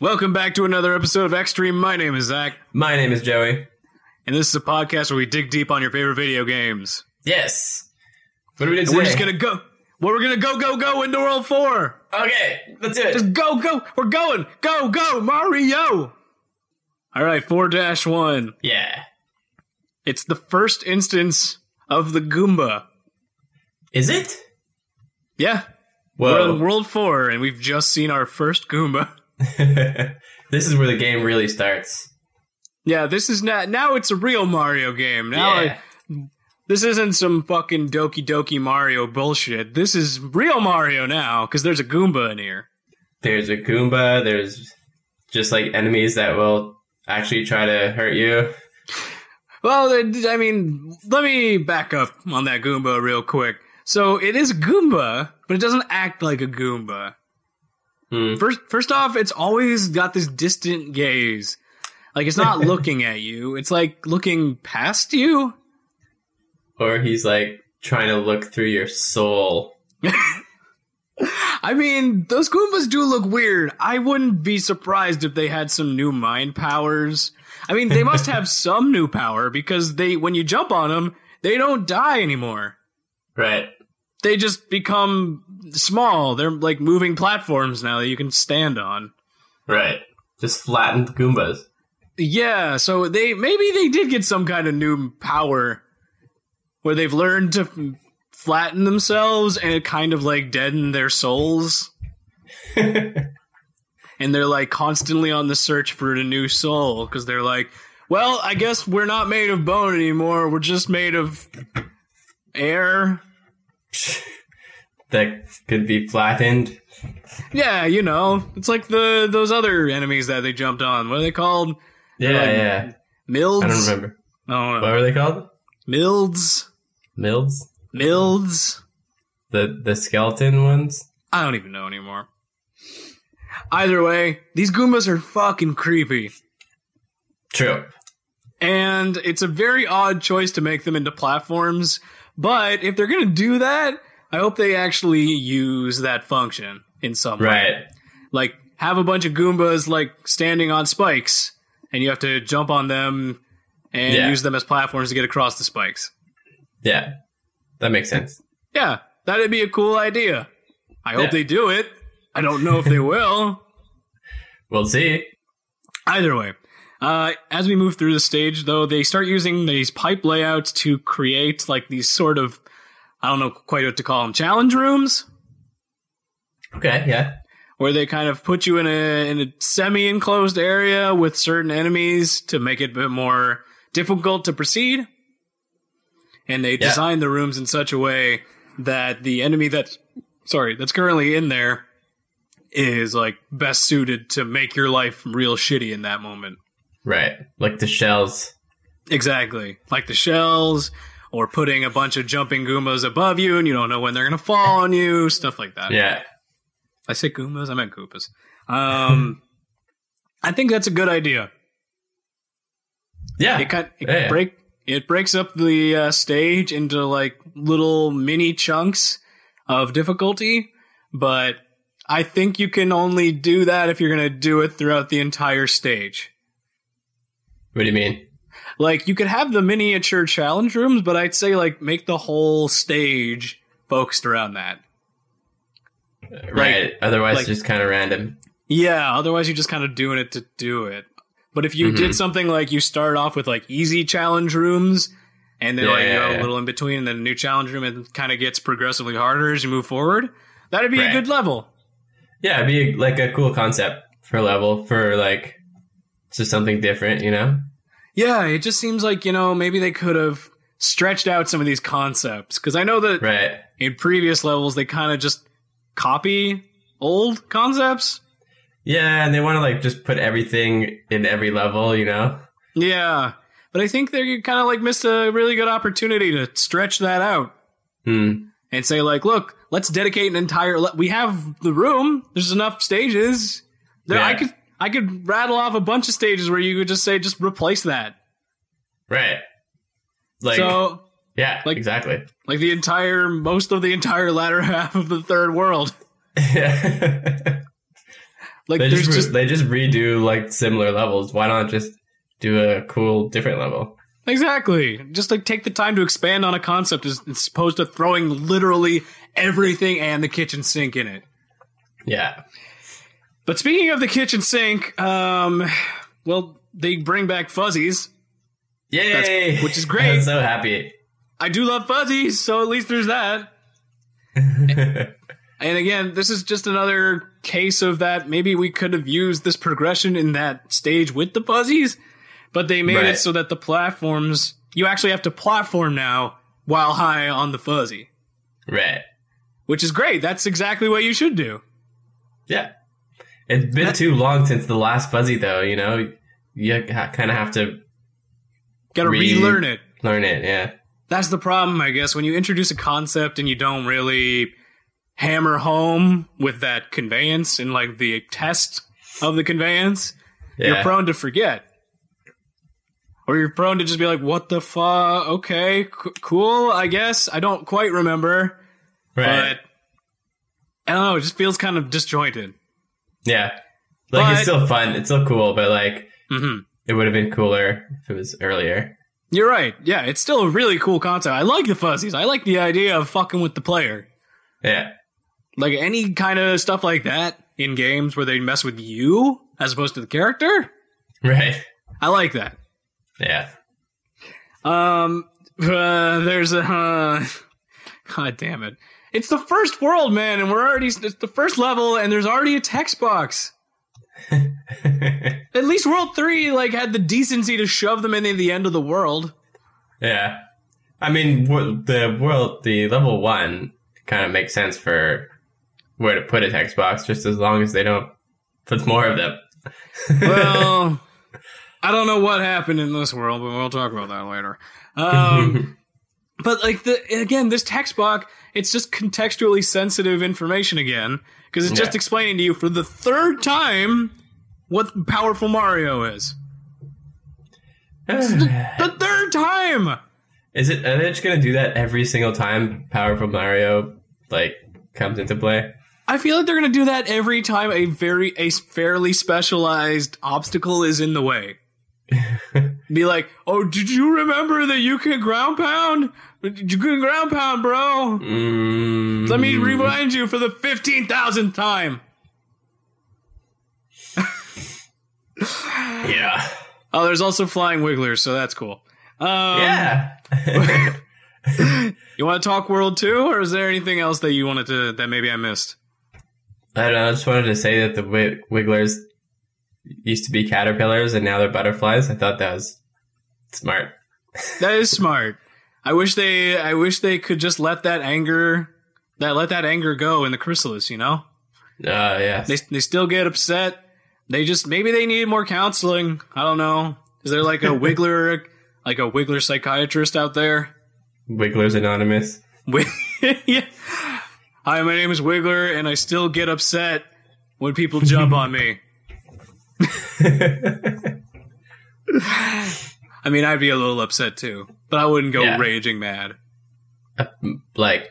Welcome back to another episode of Xtreme. My name is Zach, My name is Joey. and this is a podcast where we dig deep on your favorite video games. Yes. What are we doing And today? we're just gonna go. Well, we're gonna go, go, go into World Four. Okay, let's do it. Just go, go. We're going. Go, go, Mario. All right, four dash one. yeah. It's the first instance of the Goomba. Is it? Yeah, we're in Whoa. World Four, and we've just seen our first Goomba. this is where the game really starts. Yeah, this is not. Now it's a real Mario game. Now I, yeah. This isn't some fucking Doki Doki Mario bullshit. This is real Mario now, because there's a Goomba in here. There's a Goomba. There's just like enemies that will actually try to hurt you. Well, it- I mean, let me back up on that Goomba real quick. So it is a Goomba, but it doesn't act like a Goomba. Hmm. First, first off, it's always got this distant gaze. Like it's not looking at you. It's like looking past you. Or he's like trying to look through your soul. I mean, those Goombas do look weird. I wouldn't be surprised if they had some new mind powers. I mean, they must have some new power because they, when you jump on them, they don't die anymore. Right. They just become small. They're like moving platforms now that you can stand on. Right. Just flattened Goombas. Yeah, so they maybe they did get some kind of new power where they've learned to f- flatten themselves and it kind of like deaden their souls. and they're like constantly on the search for a new soul because they're like, well, I guess we're not made of bone anymore. We're just made of air. That could be flattened. Yeah, you know, it's like the those other enemies that they jumped on. What are they called? Yeah, Like- yeah. Milds. I don't remember. I don't What know. were they called? Milds. Milds? Milds. The the skeleton ones? I don't even know anymore. Either way, these Goombas are fucking creepy. True. And it's a very odd choice to make them into platforms, but if they're gonna do that, I hope they actually use that function in some way. Right. Like, have a bunch of Goombas, like, standing on spikes, and you have to jump on them and Yeah. use them as platforms to get across the spikes. Yeah. That makes sense. Yeah, that'd be a cool idea. I hope Yeah. they do it. I don't know if they will. We'll see. Either way, uh, as we move through the stage, though, they start using these pipe layouts to create like these sort of, I don't know quite what to call them, challenge rooms, Okay, yeah. where they kind of put you in a in a semi enclosed area with certain enemies to make it a bit more difficult to proceed. And they Yeah. design the rooms in such a way that the enemy that's sorry that's currently in there is like best suited to make your life real shitty in that moment. Right. Like the shells. Exactly. Like the shells or putting a bunch of jumping Goombas above you and you don't know when they're going to fall on you, stuff like that. Yeah. I say Goombas, I meant Goombas. Um, I think that's a good idea. Yeah. It kind it Yeah. break it breaks up the uh, stage into like little mini chunks of difficulty, but I think you can only do that if you're going to do it throughout the entire stage. What do you mean? Like you could have the miniature challenge rooms, but I'd say like make the whole stage focused around that. Right. Otherwise like- just kinda random. Yeah, otherwise you're just kind of doing it to do it. But if you Mm-hmm. did something like you start off with like easy challenge rooms and then like you Yeah. go a little in between and then a new challenge room and kind of gets progressively harder as you move forward, that'd be a Right. good level. Yeah, it'd be like a cool concept for level for like just something different, you know? Yeah, it just seems like, you know, maybe they could have stretched out some of these concepts cuz I know that Right. in previous levels they kind of just copy old concepts. Yeah, and they wanna like just put everything in every level, you know? Yeah, but I think they kind of like missed a really good opportunity to stretch that out Hmm. and say like, look, let's dedicate an entire. Le- we have the room. There's enough stages. There, I Yeah. could I could rattle off a bunch of stages where you could just say just replace that. Right. Like so Yeah, like- exactly. like the entire most of the entire latter half of the third world. Like They there's just, re- just they just redo like similar levels. Why not just do a cool different level? Exactly. Just like take the time to expand on a concept as, as opposed to throwing literally everything and the kitchen sink in it. Yeah. But speaking of the kitchen sink, um, well, they bring back fuzzies. Yay! which is great. I'm so happy. I do love fuzzies, so at least there's that. And again, this is just another case of that maybe we could have used this progression in that stage with the fuzzies, but they made it Right. so that the platforms, you actually have to platform now while high on the fuzzy, right. which is great. That's exactly what you should do. Yeah. It's been too long since the last fuzzy, though. You know, you ha- kind of have to Gotta Re- relearn it. learn it. Yeah. That's the problem, I guess, when you introduce a concept and you don't really hammer home with that conveyance and like the test of the conveyance, you're Yeah. prone to forget. Or you're prone to just be like, what the fuck? Okay, c- cool, I guess. I don't quite remember, right. but I don't know, it just feels kind of disjointed. yeah. Like but- it's still fun. It's still cool, but like hmm it would have been cooler if it was earlier. You're right. Yeah, it's still a really cool concept. I like the fuzzies. I like the idea of fucking with the player. Yeah. like any kind of stuff like that in games where they mess with you as opposed to the character Right. i like that Yeah. um uh, there's a uh, god damn it it's the first world man and we're already it's the first level and there's already a text box at least world 3 like had the decency to shove them in at the end of the world yeah. I mean, wor- the world, the level one kind of makes sense for where to put a text box, just as long as they don't put more of them. well i don't know what happened in this world but we'll talk about that later um But like the again, this text box, it's just contextually sensitive information again because it's just Yeah. explaining to you for the third time what powerful Mario is. The third time. Is it? Are they just gonna do that every single time Powerful Mario like comes into play? I feel like they're gonna do that every time a very a fairly specialized obstacle is in the way. Be like, oh, did you remember that you can ground pound? You can ground pound, bro. Mm, Let me remind you for the 15,000th time. Yeah. Oh, there's also flying wigglers, so that's cool. Um, yeah. You want to talk World Two, or is there anything else that you wanted to that maybe I missed? I don't know. I just wanted to say that the wi- Wigglers used to be caterpillars and now they're butterflies. I thought that was smart. That is smart. I wish they I wish they could just let that anger that let that anger go in the chrysalis. You know, Uh, yeah. they they still get upset. They just maybe they need more counseling. I don't know. Is there like a wiggler like a wiggler psychiatrist out there? Wigglers Anonymous. Wi- yeah. Hi, my name is Wiggler, and I still get upset when people jump on me. I mean, I'd be a little upset too, but I wouldn't go Yeah. raging mad. like,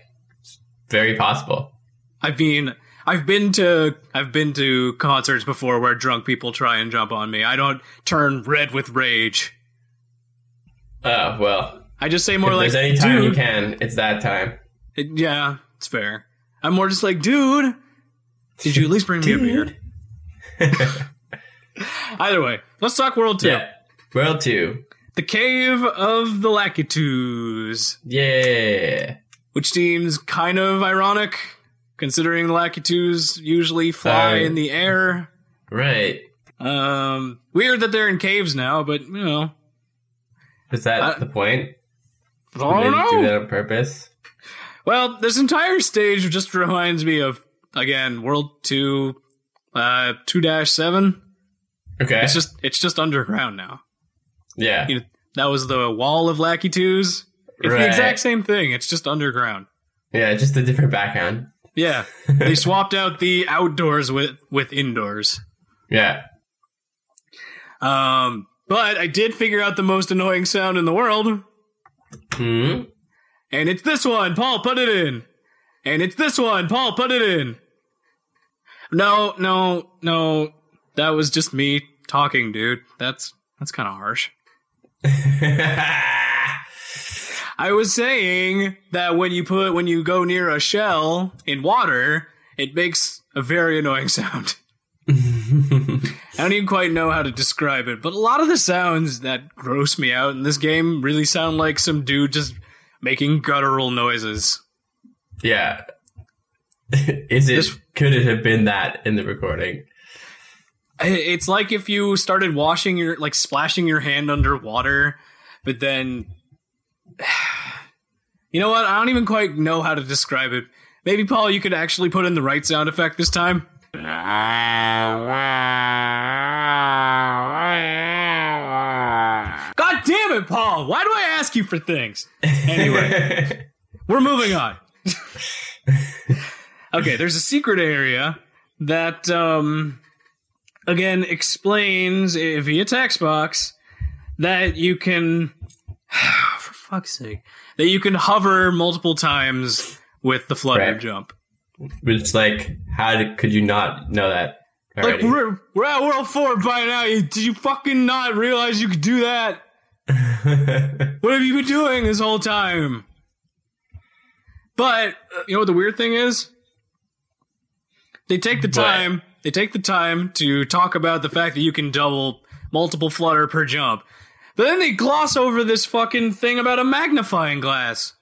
very possible. I mean, I've been to I've been to concerts before where drunk people try and jump on me. I don't turn red with rage. Oh, well. I just say more if like, there's any time you dude, can, it's that time. It- yeah, it's fair. I'm more just like, dude, did you at least bring me a beer? Either way, let's talk World Two, Yeah. World 2. the Cave of the Lakitus, Yeah. which seems kind of ironic considering the Lakitus usually fly Uh, in the air. Right. Um, weird that they're in caves now, but you know, Is that I- the point? I Did don't they know. do that on purpose? Well, this entire stage just reminds me of again World Two, uh, two dash seven. Okay. It's just it's just underground now. yeah. You know, that was the wall of Lackey Twos. It's the Right. exact same thing. It's just underground. Yeah, just a different background. Yeah, they swapped out the outdoors with with indoors. Yeah. Um, but I did figure out the most annoying sound in the world. Hmm. And it's this one, Paul, put it in. And it's this one, Paul, put it in. No, no, no. That was just me talking, dude. That's that's kind of harsh. I was saying that when you put when you go near a shell in water, it makes a very annoying sound. I don't even quite know how to describe it, but a lot of the sounds that gross me out in this game really sound like some dude just making guttural noises. yeah. Is it? could it have been that in the recording? I- It's like if you started washing your like splashing your hand underwater, but then you know what? I don't even quite know how to describe it. Maybe Paul, you could actually put in the right sound effect this time. God damn it, Paul! Why do I ask you for things? Anyway. We're moving on. okay, there's a secret area that, um, again, explains eh, via text box that you can, for fuck's sake, that you can hover multiple times with the flutter Right. jump. Which, like, how did, could you not know that Like already? we're we're at World Four by now. You, did you fucking not realize you could do that? What have you been doing this whole time? But uh, you know what the weird thing is? They take the What? time. They take the time to talk about the fact that you can double multiple flutter per jump. But then they gloss over this fucking thing about a magnifying glass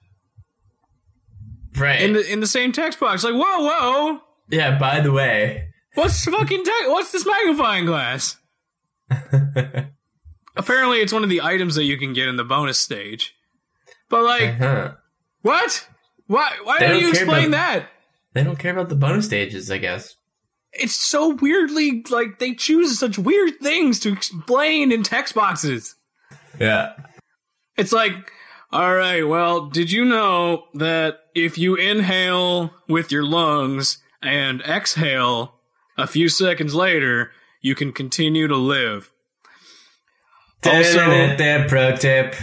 right. Eh. in the in the same text box. Like, whoa, whoa, yeah, by the way. what's fucking te- what's this magnifying glass? Apparently, it's one of the items that you can get in the bonus stage. But like, huh. what? Why? Why They don't don't you care explain about- that? They don't care about the bonus stages, I guess. it's so weirdly like they choose such weird things to explain in text boxes. Yeah. It's like, all right, well, did you know that if you inhale with your lungs and exhale a few seconds later, you can continue to live? Also- pro tip.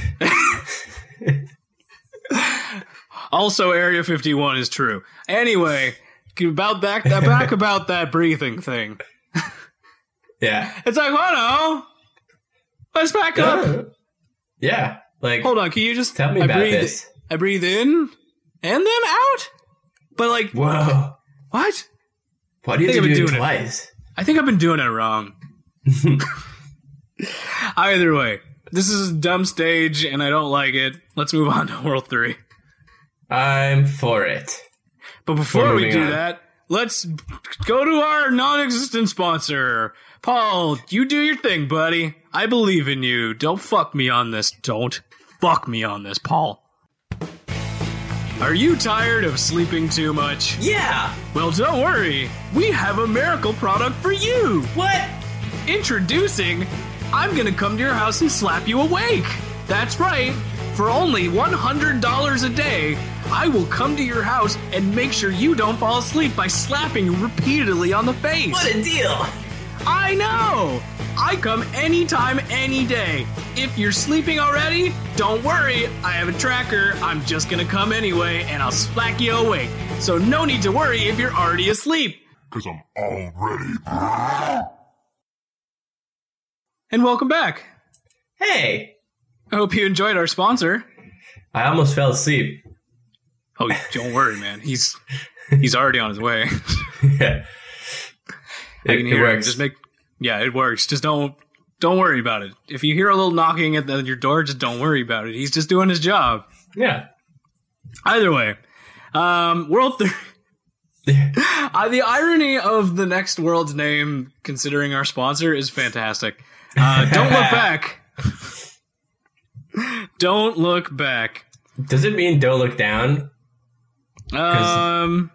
Also, Area 51 is true. Anyway, about back, back about that breathing thing. Yeah. It's like, hold on. Let's back up. Yeah. Like, Hold on, can you just tell me I about breathe- this. I breathe in and then out. But like, Whoa. what? Why do you Think have I've been to do it doing it. twice? I think I've been doing it wrong. Either way, this is a dumb stage and I don't like it. Let's move on to World 3. I'm for it. But before we moving do on. that, let's go to our non existent sponsor. Paul, you do your thing, buddy. I believe in you. Don't fuck me on this. Don't fuck me on this, Paul. Are you tired of sleeping too much? Yeah. Well, don't worry. We have a miracle product for you. What? Introducing I'm going to come to your house and slap you awake. That's right. For only $100 a day, I will come to your house and make sure you don't fall asleep by slapping you repeatedly on the face. a deal. I know! I come anytime, any day. If you're sleeping already, don't worry. I have a tracker. I'm just gonna come anyway and I'll slack you awake. So no need to worry if you're already asleep. Cause I'm already And welcome back. Hey. I hope you enjoyed our sponsor. I almost fell asleep. Oh, don't worry, man. He's he's already on his way. Yeah. I It, can it hear him. works. Just make yeah, it works. Just don't don't worry about it. If you hear a little knocking at the, your door, just don't worry about it. He's just doing his job. yeah. Either way, um, World Three. Uh, the irony of the next world's name, considering our sponsor, is fantastic. Uh, don't look back. don't look back. Does it mean don't look down? Um,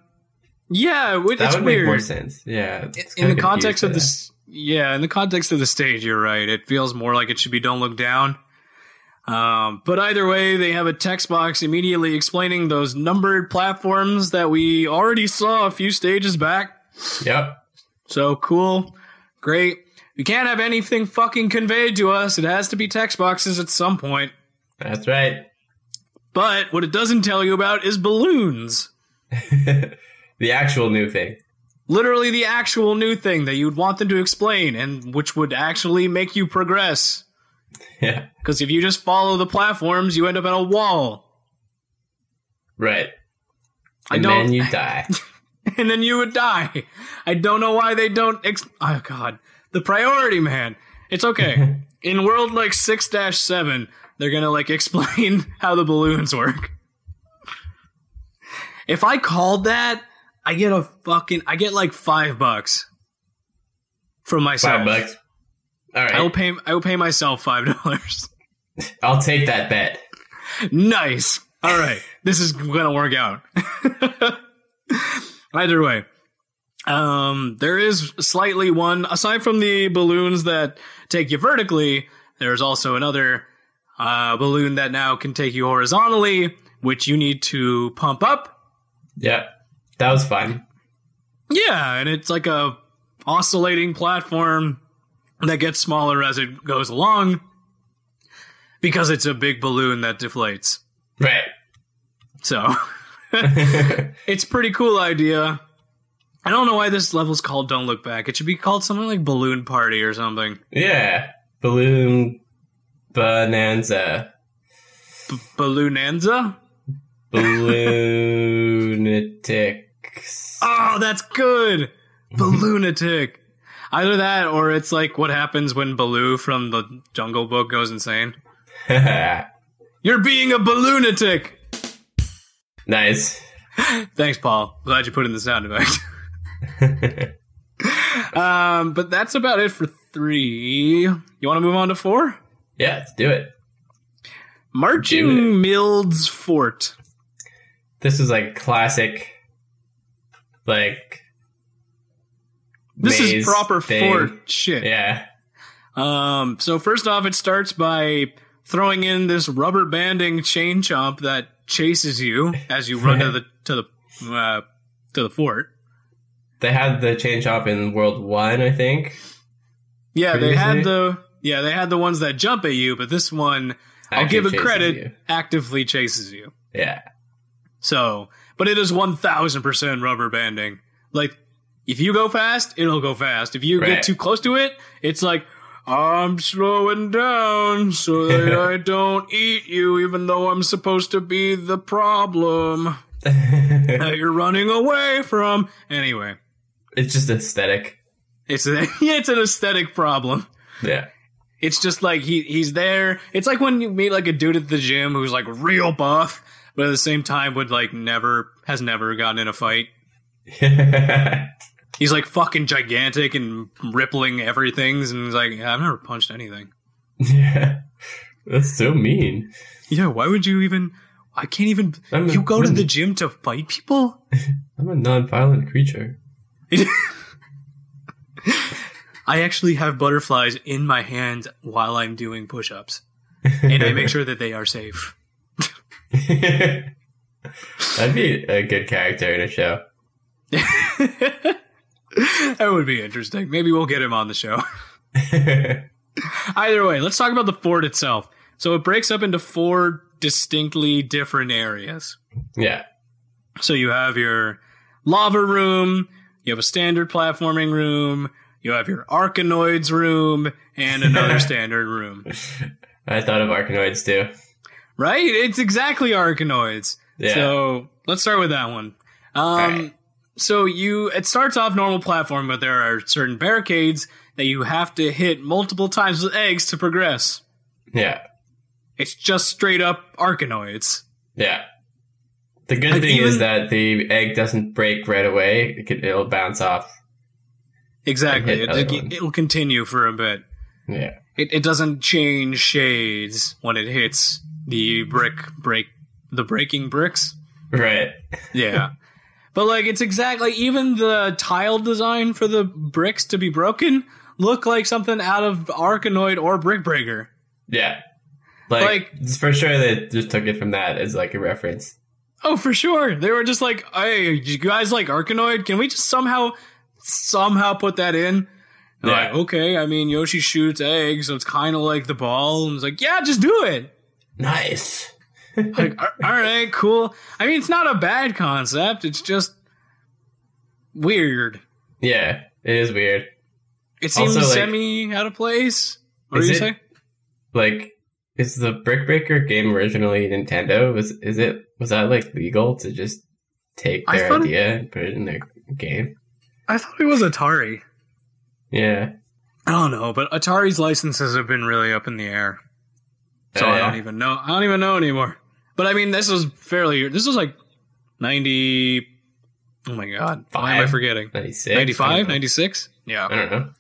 yeah, which, That it's would make weird. more sense. Yeah. it's in the kinda context of this confused yeah in the context of the stage you're right it feels more like it should be don't look down um, but either way they have a text box immediately explaining those numbered platforms that we already saw a few stages back by that. Yep. so cool great we can't have anything fucking conveyed to us it has to be text boxes at some point That's right. but what it doesn't tell you about is balloons The actual new thing. literally the actual new thing that you'd want them to explain and which would actually make you progress. Yeah. Because if you just follow the platforms, you end up at a wall. Right. I And don't- then you die. and then you would die. I don't know why they don't. Ex- oh God, the priority man. It's okay. In world like six dash seven, they're gonna like explain how the balloons work. If I called that, I get a fucking. I get like five bucks from myself. Five bucks. All right. I will pay. I will pay myself five dollars. I'll take that bet. nice. All right, this is gonna work out. Either way, um, there is slightly one aside from the balloons that take you vertically. There's also another uh, balloon that now can take you horizontally, which you need to pump up. Yep. That was fun. Yeah, and it's like a oscillating platform that gets smaller as it goes along because it's a big balloon that deflates. Right. So it's pretty cool idea. I don't know why this level's called Don't Look Back. It should be called something like Balloon Party or something. yeah. Balloon bonanza. B- Balloonanza? Balloonatics. Oh, that's good. Balloonatic. Either that or it's like what happens when Baloo from the Jungle Book goes insane. You're being a balloonatic. nice. Thanks, Paul. Glad you put in the sound effect. um, but that's about it for three. You want to move on to four? Yeah, let's do it. Do it. Marching Milds Fort. This is like classic, like This maze is proper thing. fort shit. Yeah, Um, so first off, it starts by throwing in this rubber banding chain chomp that chases you as you run to the to the uh, to the fort. they had the chain chop in World One, I think. Yeah, they had Previously? the yeah they had the ones that jump at you, but this one I'll Actually give it chases credit you. actively chases you. Yeah, So, but it is one thousand percent rubber banding. Like if you go fast, it'll go fast. If you Right. get too close to it, it's like I'm slowing down so that I don't eat you, even though I'm supposed to be the problem that you're running away from. Anyway, it's just aesthetic. it's a, it's an aesthetic problem. Yeah, It's just like he he's there. It's like when you meet like a dude at the gym who's like real buff, but at the same time would like never has never gotten in a fight. He's like fucking gigantic and rippling everything's, and he's like, "Yeah, I've never punched anything. yeah. That's so mean. Yeah, why would you even? I can't even. I'm a- you go to I'm- the gym to fight people? I'm a non-violent creature. I actually have butterflies in my hands while I'm doing push ups, and I make sure that they are safe. That'd be a good character in a show. that would be interesting. Maybe we'll get him on the show. Either way, let's talk about the fort itself. So it breaks up into four distinctly different areas. yeah, So you have your lava room, you have a standard platforming room, you have your arcanoids room, and another standard room. I thought of arcanoids too. Right? It's exactly arcanoids. Yeah. So let's start with that one. Um, Alright. So you it starts off normal platform, but there are certain barricades that you have to hit multiple times with eggs to progress. yeah, It's just straight up arcanoids. yeah. The good Like, thing is even- that the egg doesn't break right away. It could, it'll bounce off. Exactly. It, hit other it, ones. it'll continue for a bit. Yeah, it, it doesn't change shades when it hits the brick break the breaking bricks right. yeah but like it's exactly even the tile design for the bricks to be broken look like something out of arcanoid or brick breaker Yeah, like, Like- it's for sure they just took it from that as like a reference. oh for sure they were just like hey you guys like arcanoid can we just somehow somehow put that in They're Yeah. like okay i mean yoshi shoots eggs so it's kind of like the ball and it's like yeah just do it Nice. like, "Ar- all right, cool. I mean, it's not a bad concept. It's just weird. Yeah, it is weird. It seems Also, like- semi out of place. What Is did you it- say? Like, is the Brick Breaker game originally Nintendo? Was is it was that like legal to just take I their thought it- idea and put it in their game? I thought it was Atari. Yeah. I don't know, but Atari's licenses have been really up in the air. So Oh, I yeah. don't even know. I don't even know anymore. But I mean, this was fairly. This was like ninety. Oh my god, why am I Five? forgetting? 96? 95, I don't know. 96? Yeah, I don't know.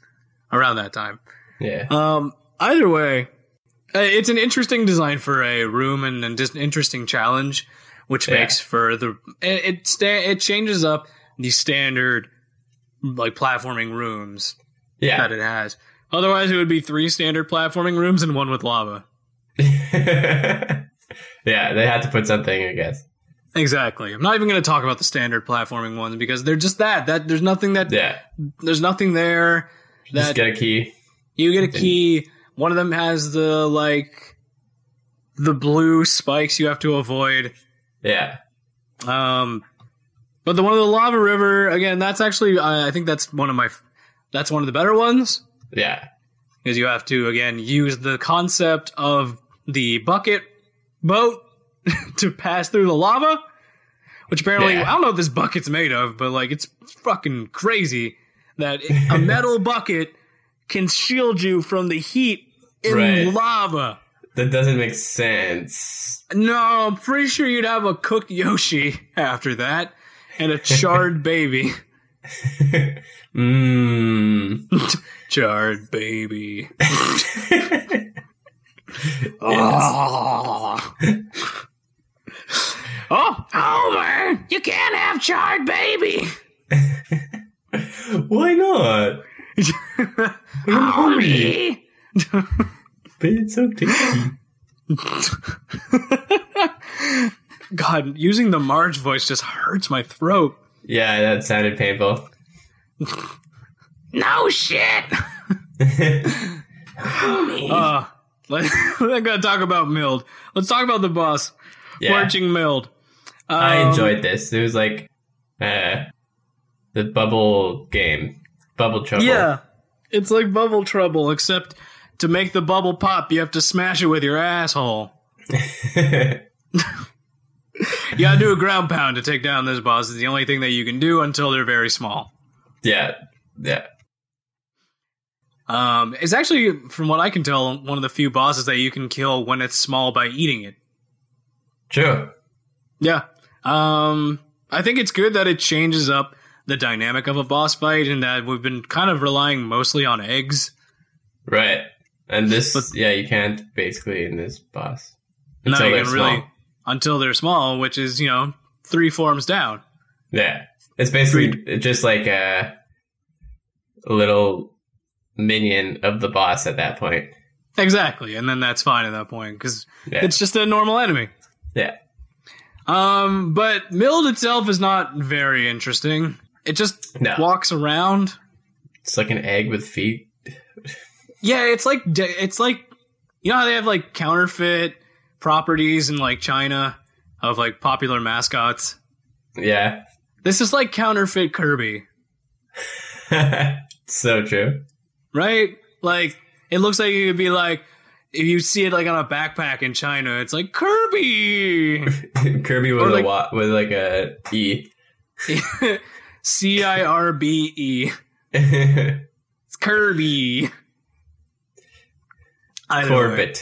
around that time. Yeah. Um, either way, uh, it's an interesting design for a room and an dis- interesting challenge, which Yeah. makes for the it it, sta- it changes up the standard like platforming rooms that Yeah. it has. Otherwise, it would be three standard platforming rooms and one with lava. yeah, they had to put something, I guess. Exactly. I'm not even going to talk about the standard platforming ones because they're just that. That there's nothing that Yeah. there's nothing there. Just That get a key. you get a key. One of them has the like the blue spikes you have to avoid. Yeah. Um, but the one of the lava river again. That's actually I I think that's one of my f- that's one of the better ones Yeah. because you have to again use the concept of the bucket boat to pass through the lava, which apparently Yeah. I don't know what this bucket's made of, but like it's fucking crazy that it- a metal bucket can shield you from the heat in Right. lava. That doesn't make sense. No, I'm pretty sure you'd have a cooked Yoshi after that and a charred baby. Mmm. Charred baby. Oh. oh, Homer, you can't have charred baby. Why not? Homie. But it's so tasty. God, using the Marge voice just hurts my throat. Yeah, that sounded painful. No shit. Uh, let, I gotta talk about Mild. Let's talk about the boss, yeah, Marching Mild. I Um, enjoyed this. It was like uh, the bubble game, bubble trouble. Yeah. It's like bubble trouble, except to make the bubble pop, you have to smash it with your asshole. You gotta do a ground pound to take down this boss. It's the only thing that you can do until they're very small. yeah, yeah. Um, it's actually, from what I can tell, one of the few bosses that you can kill when it's small by eating it. True. Yeah. Um, I think it's good that it changes up the dynamic of a boss fight and that we've been kind of relying mostly on eggs. Right. And this, But- yeah, you can't basically in this boss No, until you they're can really- small. Until they're small, which is, you know, three forms down. Yeah, it's basically just like a little minion of the boss at that point. Exactly. And then that's fine at that point because Yeah. it's just a normal enemy. yeah. Um, but Mild itself is not very interesting. It just No. walks around. It's like an egg with feet. Yeah, it's like de- it's like you know how they have like counterfeit properties in like China of like popular mascots. Yeah. This is like counterfeit Kirby, so true. right? Like it looks like it could be like if you see it like on a backpack in China, it's like Kirby, Kirby was Or like- a wa- was like a E. C I R B E. Corbett. It's Kirby. Either way.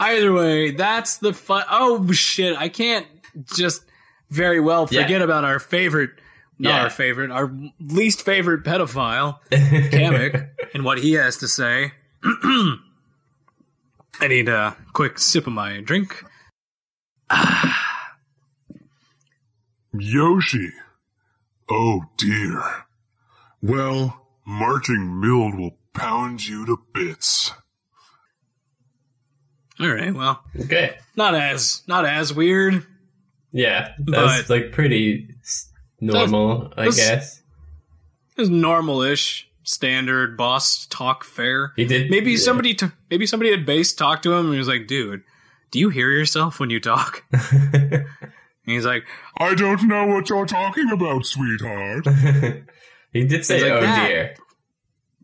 Either way, that's the fun. Oh shit, I can't just very well Yeah. forget about our favorite, not Yeah. our favorite, our least favorite pedophile, Kamek, and what he has to say. I need a quick sip of my drink. Yoshi. Oh dear. Well, marching Mild will pound you to bits. All right, well, okay. not as not as weird. Yeah. That's But- like pretty s- normal, I that's- guess. It's normal-ish, standard boss talk fare. He did Maybe yeah. somebody, t- maybe somebody at base talked to him and he was like, "Dude, do you hear yourself when you talk?" and he's like, I don't know what you're talking about, sweetheart. He did say, He's like "Oh that." dear."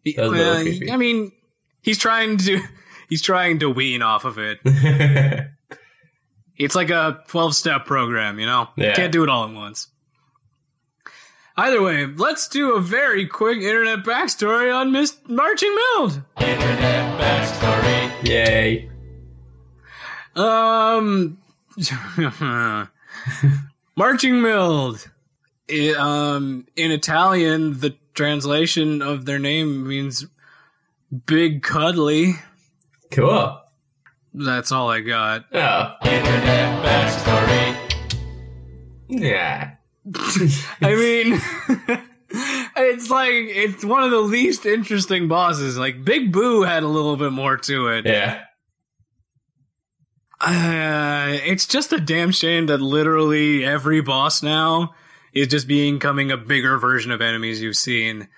He- That was a little well, creepy. I mean, he's trying to he's trying to wean off of it. It's like a 12 step program, you know? Yeah. Can't do it all at once. Either way, let's do a very quick internet backstory on Miss Marching Mild. Internet backstory. Yay! Um. Marching Mild. I- um, in Italian, the translation of their name means big cuddly. Cool. That's all I got. Oh, internet backstory. Yeah. I mean, it's like it's one of the least interesting bosses. Like Big Boo had a little bit more to it. Yeah. Uh, it's just a damn shame that literally every boss now is just becoming a bigger version of enemies you've seen.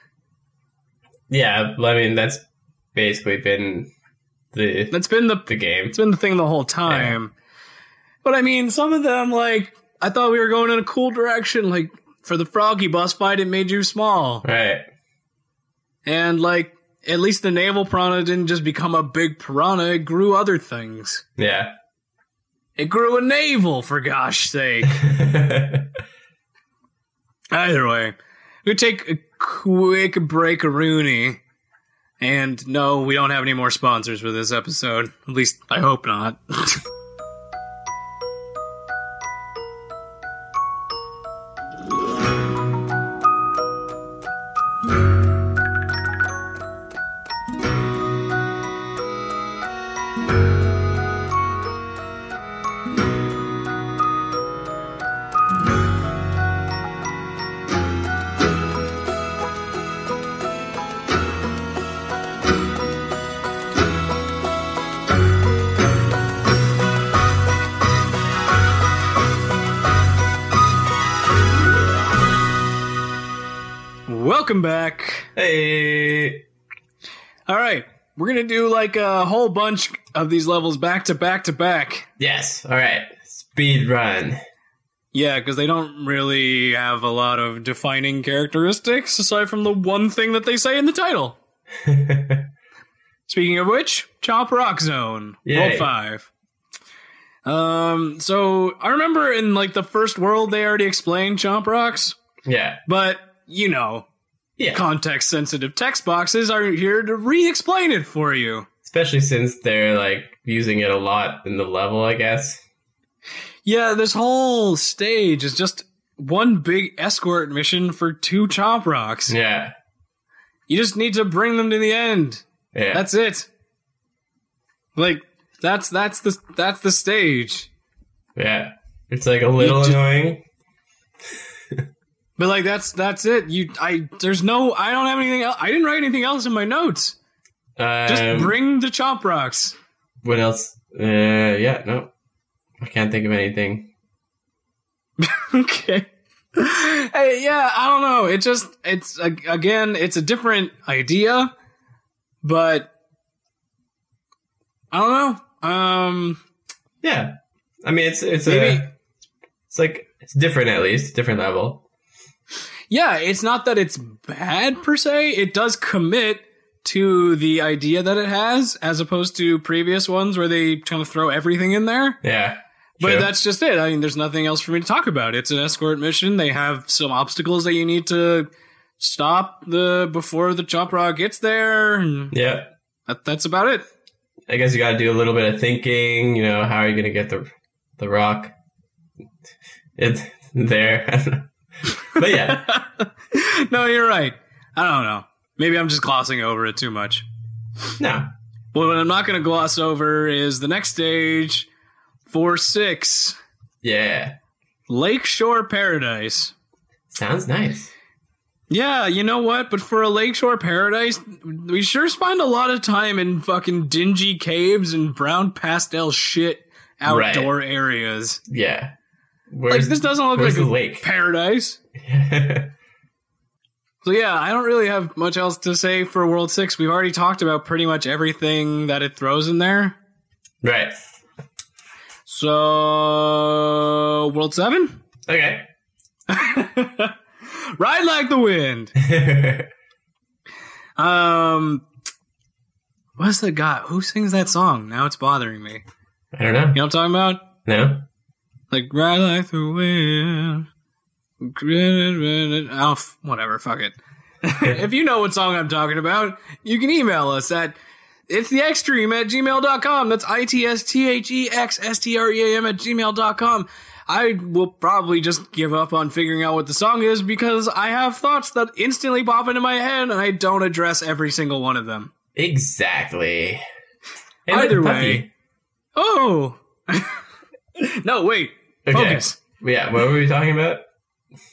Yeah. I mean, that's basically been the That's been the the game. it's been the thing the whole time. But I mean, some of them like I thought we were going in a cool direction. Like for the Froggy boss fight, it made you small. Right. And like, at least the naval piranha didn't just become a big piranha, it grew other things. Yeah. It grew a navel, for gosh sake. Either way, we take a quick break, Rooney. And no, we don't have any more sponsors for this episode. At least I hope not. Welcome back. hey. All right, we're gonna do like a whole bunch of these levels back to back to back. Yes. All right. Speed run. Yeah, because they don't really have a lot of defining characteristics aside from the one thing that they say in the title. Speaking of which, Chop Rock Zone. World Yay. five. Um, so I remember in like the first world they already explained Chomp Rocks, Yeah. but you know, Yeah. context sensitive text boxes are here to re explain it for you. Especially since they're like using it a lot in the level, I guess. Yeah, this whole stage is just one big escort mission for two Chomp Rocks. Yeah. You just need to bring them to the end. Yeah. That's it. Like that's that's the that's the stage. yeah. It's like a little You just- annoying. But like that's that's it. You I there's no I don't have anything else. I didn't write anything else in my notes. Um, Just bring the chomp rocks. What else? Uh, yeah. No. I can't think of anything. okay. Hey, yeah, I don't know. It just it's ag- again, it's a different idea, but I don't know. Um Yeah. I mean, it's it's Maybe- a it's like it's different at least different level. yeah, it's not that it's bad per se. It does commit to the idea that it has, as opposed to previous ones where they kind of throw everything in there. Yeah. But True. that's just it. I mean, there's nothing else for me to talk about. It's an escort mission. They have some obstacles that you need to stop the before the chop rock gets there. And yeah. that, that's about it. I guess you got to do a little bit of thinking. You know, how are you going to get the the rock? It there. I don't know. but yeah, no, you're right. I don't know. Maybe I'm just glossing over it too much. no. Well, what I'm not going to gloss over is the next stage, four six. Yeah, Lakeshore Paradise. sounds nice. Yeah, you know what? But for a lakeshore paradise, we sure spend a lot of time in fucking dingy caves and brown pastel shit Right. outdoor areas. Yeah, like where's this doesn't look where's like the a lake? paradise. So yeah, I don't really have much else to say for World 6. We've already talked about pretty much everything that it throws in there. right. So World 7? Okay. Ride like the wind. Um, what's the guy who sings that song? Now it's bothering me. I don't know. You know what I'm talking about? No? Like ride like the wind. Oh, f- whatever. Fuck it. if you know what song I'm talking about, you can email us at it's the extreme at gmail.com. That's I T S T H E X S T R E A M at gmail.com. I will probably just give up on figuring out what the song is because I have thoughts that instantly pop into my head and I don't address every single one of them. Exactly. Either the way. Oh! no, wait. puppy. Okay. Focus. Yeah, what were we talking about?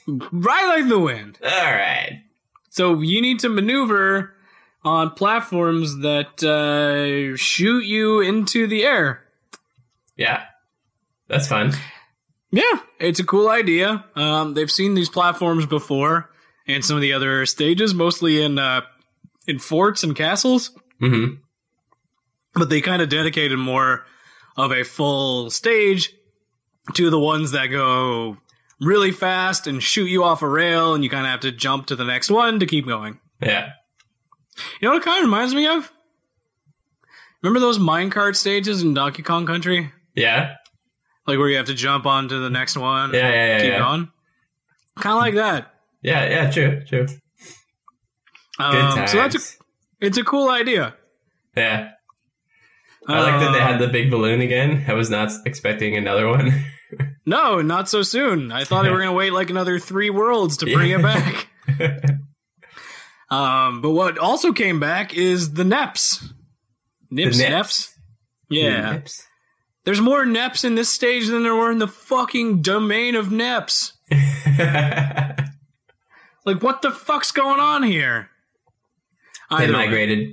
Right like the wind. All right. So you need to maneuver on platforms that uh, shoot you into the air. Yeah. That's fun. Yeah, it's a cool idea. Um, they've seen these platforms before and some of the other stages, mostly in uh, in forts and castles, Mm-hmm. but they kind of dedicated more of a full stage to the ones that go really fast and shoot you off a rail, and you kind of have to jump to the next one to keep going. Yeah. You know what it kind of reminds me of? Remember those minecart stages in Donkey Kong Country? Yeah. Like where you have to jump onto the next one, Yeah, yeah, yeah. keep Yeah, going? Kind of like that. yeah, yeah true, true. Good Um, times. so that's a, it's a cool idea. yeah. I like that they Uh, had the big balloon again. I was not expecting another one. No, not so soon. I thought they were going to wait like another three worlds to bring it Yeah. back. Um, but what also came back is the Neps. Nips, Neps. Hmm. Neps. Yeah. There's more Neps in this stage than there were in the fucking domain of Neps. they Like, what the fuck's going on here? Either way. migrated.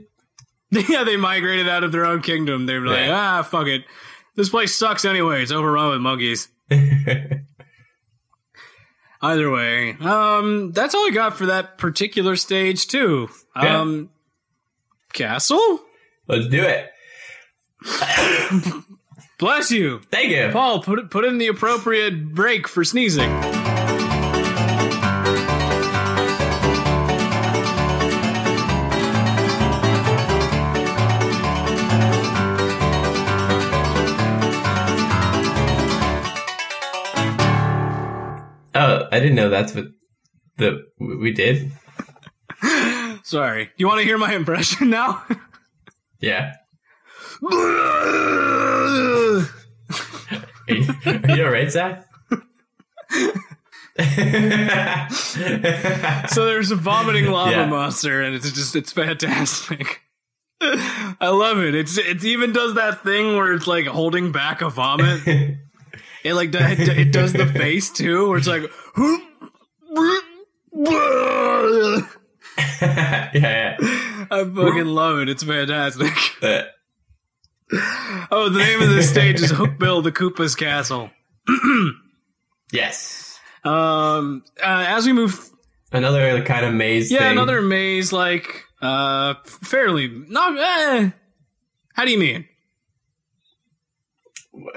yeah, they migrated out of their own kingdom. They were like, ah, fuck it. This place sucks anyway. It's overrun with monkeys. Either way, um, that's all I got for that particular stage, too. Yeah. Um, Castle? Let's do it. Bless you. Thank you. Paul, put, put in the appropriate break for sneezing. Oh, I didn't know that's what the we did. Sorry. You want to hear my impression now? Yeah. Are you, are you all right, Zach? so there's a vomiting lava Yeah. monster and it's just it's fantastic i love it it's it even does that thing where it's like holding back a vomit it like d- it does the face too where it's like yeah, yeah. i fucking love it it's fantastic Uh, oh the name of this stage is hookbill the koopa's castle yes. um uh, as we move Another kind of maze yeah thing. another maze like uh fairly not eh. how do you mean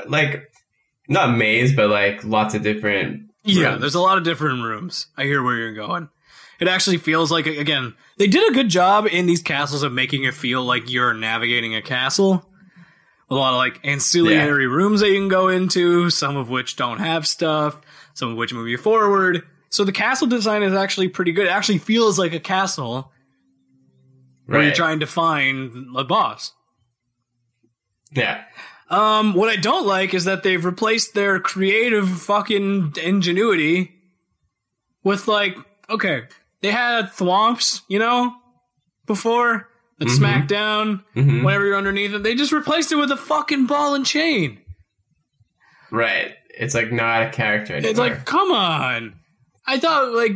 like not maze, but like lots of different Yeah, rooms. there's a lot of different rooms. I hear where you're going. It actually feels like again, they did a good job in these castles of making it feel like you're navigating a castle. A lot of like ancillary rooms that you can go into, some of which don't have stuff, some of which move you forward. So the castle design is actually pretty good. It actually feels like a castle where you're Right. trying to find a boss. Yeah. Um, what I don't like is that they've replaced their creative fucking ingenuity with like, okay, they had thwomps, you know, before that Mhm. smack down Mhm. whenever you're underneath it. They just replaced it with a fucking ball and chain. Right. It's like not a character anymore. It's like, come on. I thought like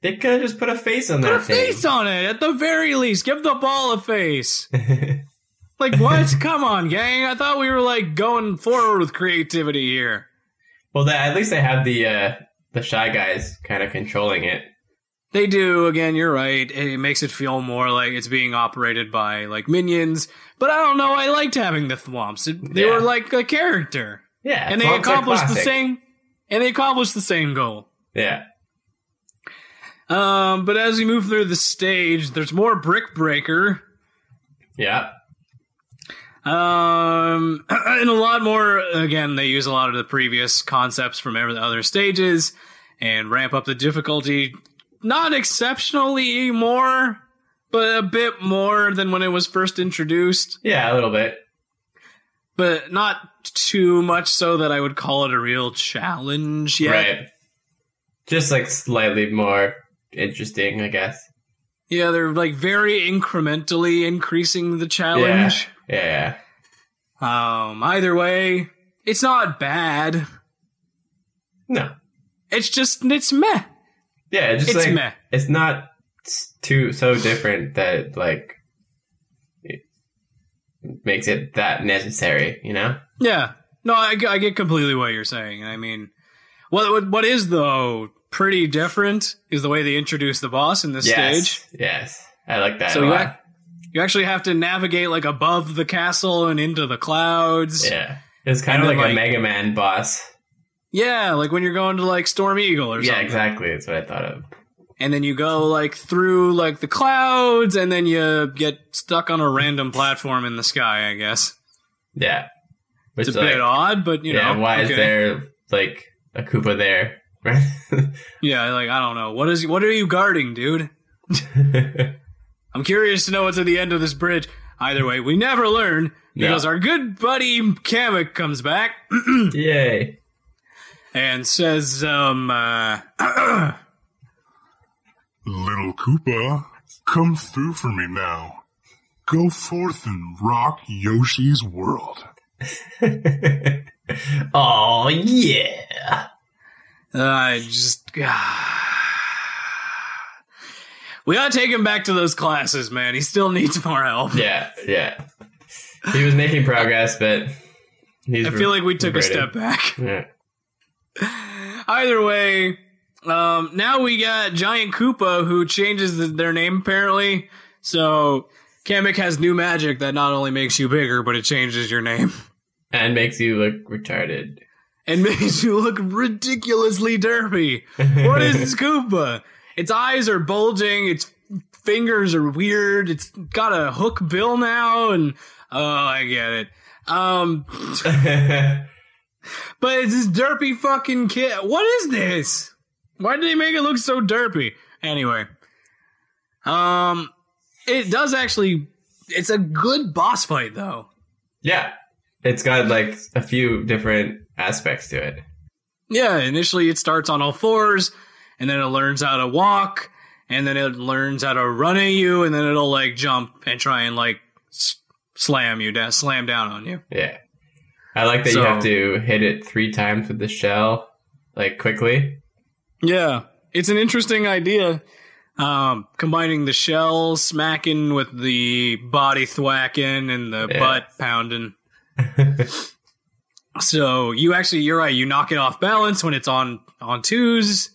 they could have just put a face on put a that thing. face on it at the very least. Give the ball a face. Like what? come on, gang. I thought we were like going forward with creativity here. well, that, at least they have the uh, the shy guys kind of controlling it. They do. Again, you're right. It makes it feel more like it's being operated by like minions. But I don't know. I liked having the Thwomps. It, they Yeah. were like a character, Yeah, and they Thwomps are accomplished the classic. same. And they accomplished the same goal. Yeah, Um, but as we move through the stage, there's more Brick Breaker. Yeah. Um, and a lot more. Again, they use a lot of the previous concepts from every the other stages and ramp up the difficulty. Not exceptionally more, but a bit more than when it was first introduced. Yeah, a little bit. But not too much so that I would call it a real challenge yet. Right. Just like slightly more interesting, I guess. Yeah, they're like very incrementally increasing the challenge. Yeah. Um, either way, it's not bad. No. It's just it's meh. Yeah, just It's like meh. it's not s- too so different that like it makes it that necessary, you know? Yeah. No, I, g- I get completely what you're saying. I mean, what what, what is though pretty different is the way they introduce the boss in this stage. Yes. I like that. So a you lot. ac- you actually have to navigate like above the castle and into the clouds. Yeah. It's kind of And like, then, a like- Mega Man boss. Yeah, like when you're going to like Storm Eagle or Yeah, something. exactly. That's what I thought of. and then you go like through like the clouds and then you get stuck on a random platform in the sky i guess Yeah. Which it's a is like, bit odd but you yeah, know why okay. is there like a Koopa there? yeah like i don't know what is what are you guarding dude i'm curious to know what's at the end of this bridge either way we never learn No. because our good buddy Kamek comes back Yay. and says um uh, Little Koopa, come through for me now. Go forth and rock Yoshi's world. oh yeah. uh, i just we gotta take him back to those classes man he still needs more help Yeah, yeah. He was making progress, but he's I feel like we took a regretted. step back. Yeah. Either way, um, now we got Giant Koopa who changes the, their name apparently. So Kamek has new magic that not only makes you bigger, but it changes your name And makes you look retarded. and makes you look ridiculously derpy. What is this Koopa? Its eyes are bulging. Its fingers are weird. It's got a hook bill now, and oh, I get it. Um, But it's this derpy fucking kid. What is this? Why did they make it look so derpy? Anyway, um, it does actually. It's a good boss fight though. yeah. It's got like a few different aspects to it. Yeah, initially it starts on all fours, and then it learns how to walk, and then it learns how to run at you, and then it'll like jump and try and like s- slam you down, slam down on you. Yeah. I like that So- you have to hit it three times with the shell, like quickly. Yeah, it's an interesting idea. Um, combining the shell smacking with the body thwacking and the Yeah. butt pounding. so you actually, you're right. You knock it off balance when it's on on twos,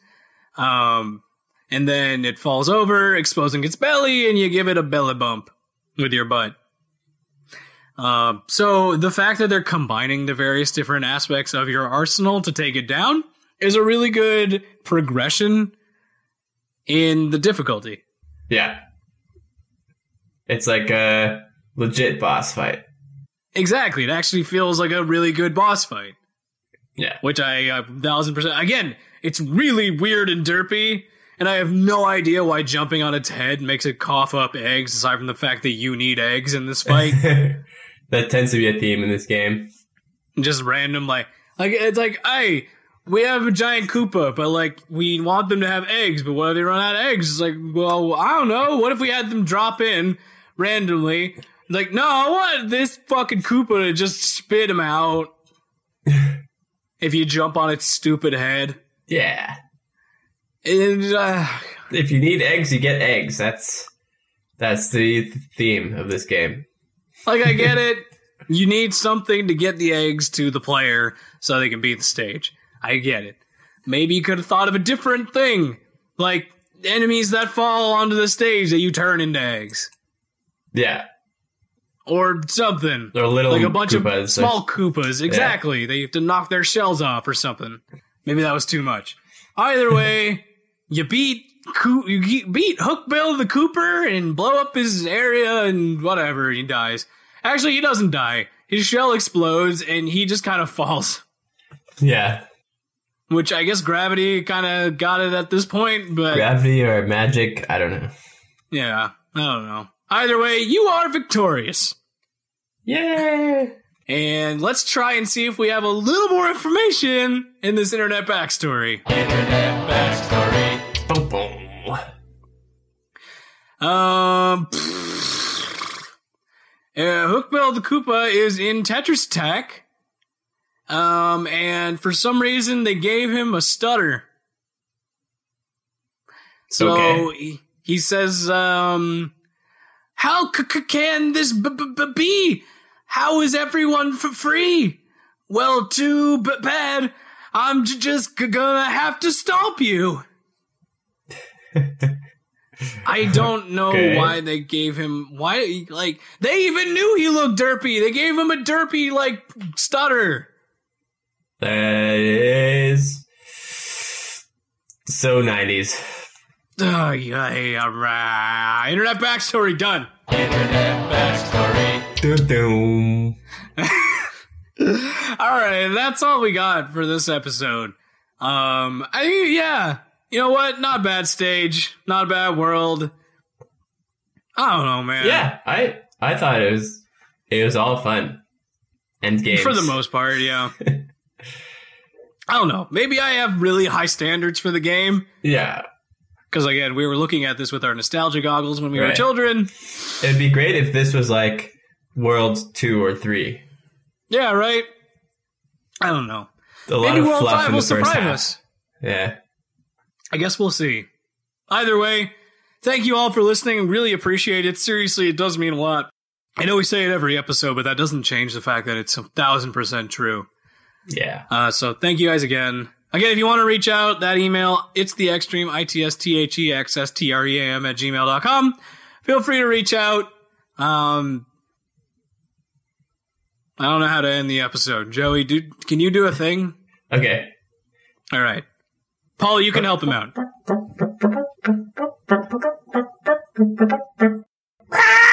um, and then it falls over, exposing its belly, and you give it a belly bump with your butt. Um, so the fact that they're combining the various different aspects of your arsenal to take it down is a really good progression in the difficulty. Yeah. It's like a legit boss fight. Exactly. It actually feels like a really good boss fight. Yeah. Which I a thousand percent again, it's really weird and derpy, and I have no idea why jumping on its head makes it cough up eggs, aside from the fact that you need eggs in this fight. that tends to be a theme in this game. just random like like it's like hey we have a giant Koopa, but like we want them to have eggs, but what if they run out of eggs? It's like, well, I don't know. What if we had them drop in randomly? Like, no, I want this fucking Koopa to just spit them out if you jump on its stupid head. Yeah. And, uh, If you need eggs, you get eggs. That's that's the theme of this game. like, I get it. You need something to get the eggs to the player so they can beat the stage. I get it. Maybe you could have thought of a different thing, like enemies that fall onto the stage that you turn into eggs Yeah. or something. Or little like a bunch Koopas. of small Koopas. Exactly. They have to knock their shells off or something. Maybe that was too much. Either way, you beat Coo- you ge- beat Hookbill the Cooper and blow up his area and whatever. He dies. Actually, he doesn't die. His shell explodes and he just kind of falls. Yeah. Which I guess gravity kind of got it at this point, but Gravity or magic, I don't know. yeah, I don't know. Either way, you are victorious. Yay! And let's try and see if we have a little more information in this internet backstory. Internet backstory. Boom boom. Um, uh, Hookbell the Koopa is in Tetris Attack. Um, and for some reason they gave him a stutter. So Okay. he, he says, um, how c- c- can this b- b- b- be? How is everyone for free? Well, too b- bad. I'm j- just g- gonna have to stomp you. I don't know Okay. why they gave him why like they even knew he looked derpy. They gave him a derpy like stutter. That is so 90s. Oh, yeah, yeah, right. Internet backstory done. Internet backstory. Doom doom. all right, that's all we got for this episode. Um, I yeah, you know what? Not a bad stage, not a bad world. I don't know, man. Yeah, I I thought it was it was all fun. End games. for the most part, yeah. I don't know. Maybe I have really high standards for the game Yeah. because again, we were looking at this with our nostalgia goggles when we were Right. children. It'd be great if this was like World 2 or 3. Yeah, right. I don't know. A lot Maybe of World fluff Five in the will first surprise half. us. Yeah. I guess we'll see. Either way, thank you all for listening. Really appreciate it. Seriously, it does mean a lot. I know we say it every episode, but that doesn't change the fact that it's a thousand percent true. Yeah. Uh, so thank you guys again. Again, if you want to reach out, that email, it's the extreme, E I-T-S-T-H-E-X-S-T-R-E-A-M at gmail.com. Feel free to reach out. Um, I don't know how to end the episode. Joey, do, can you do a thing? Okay. All right. Paul, you can help him out. Bye.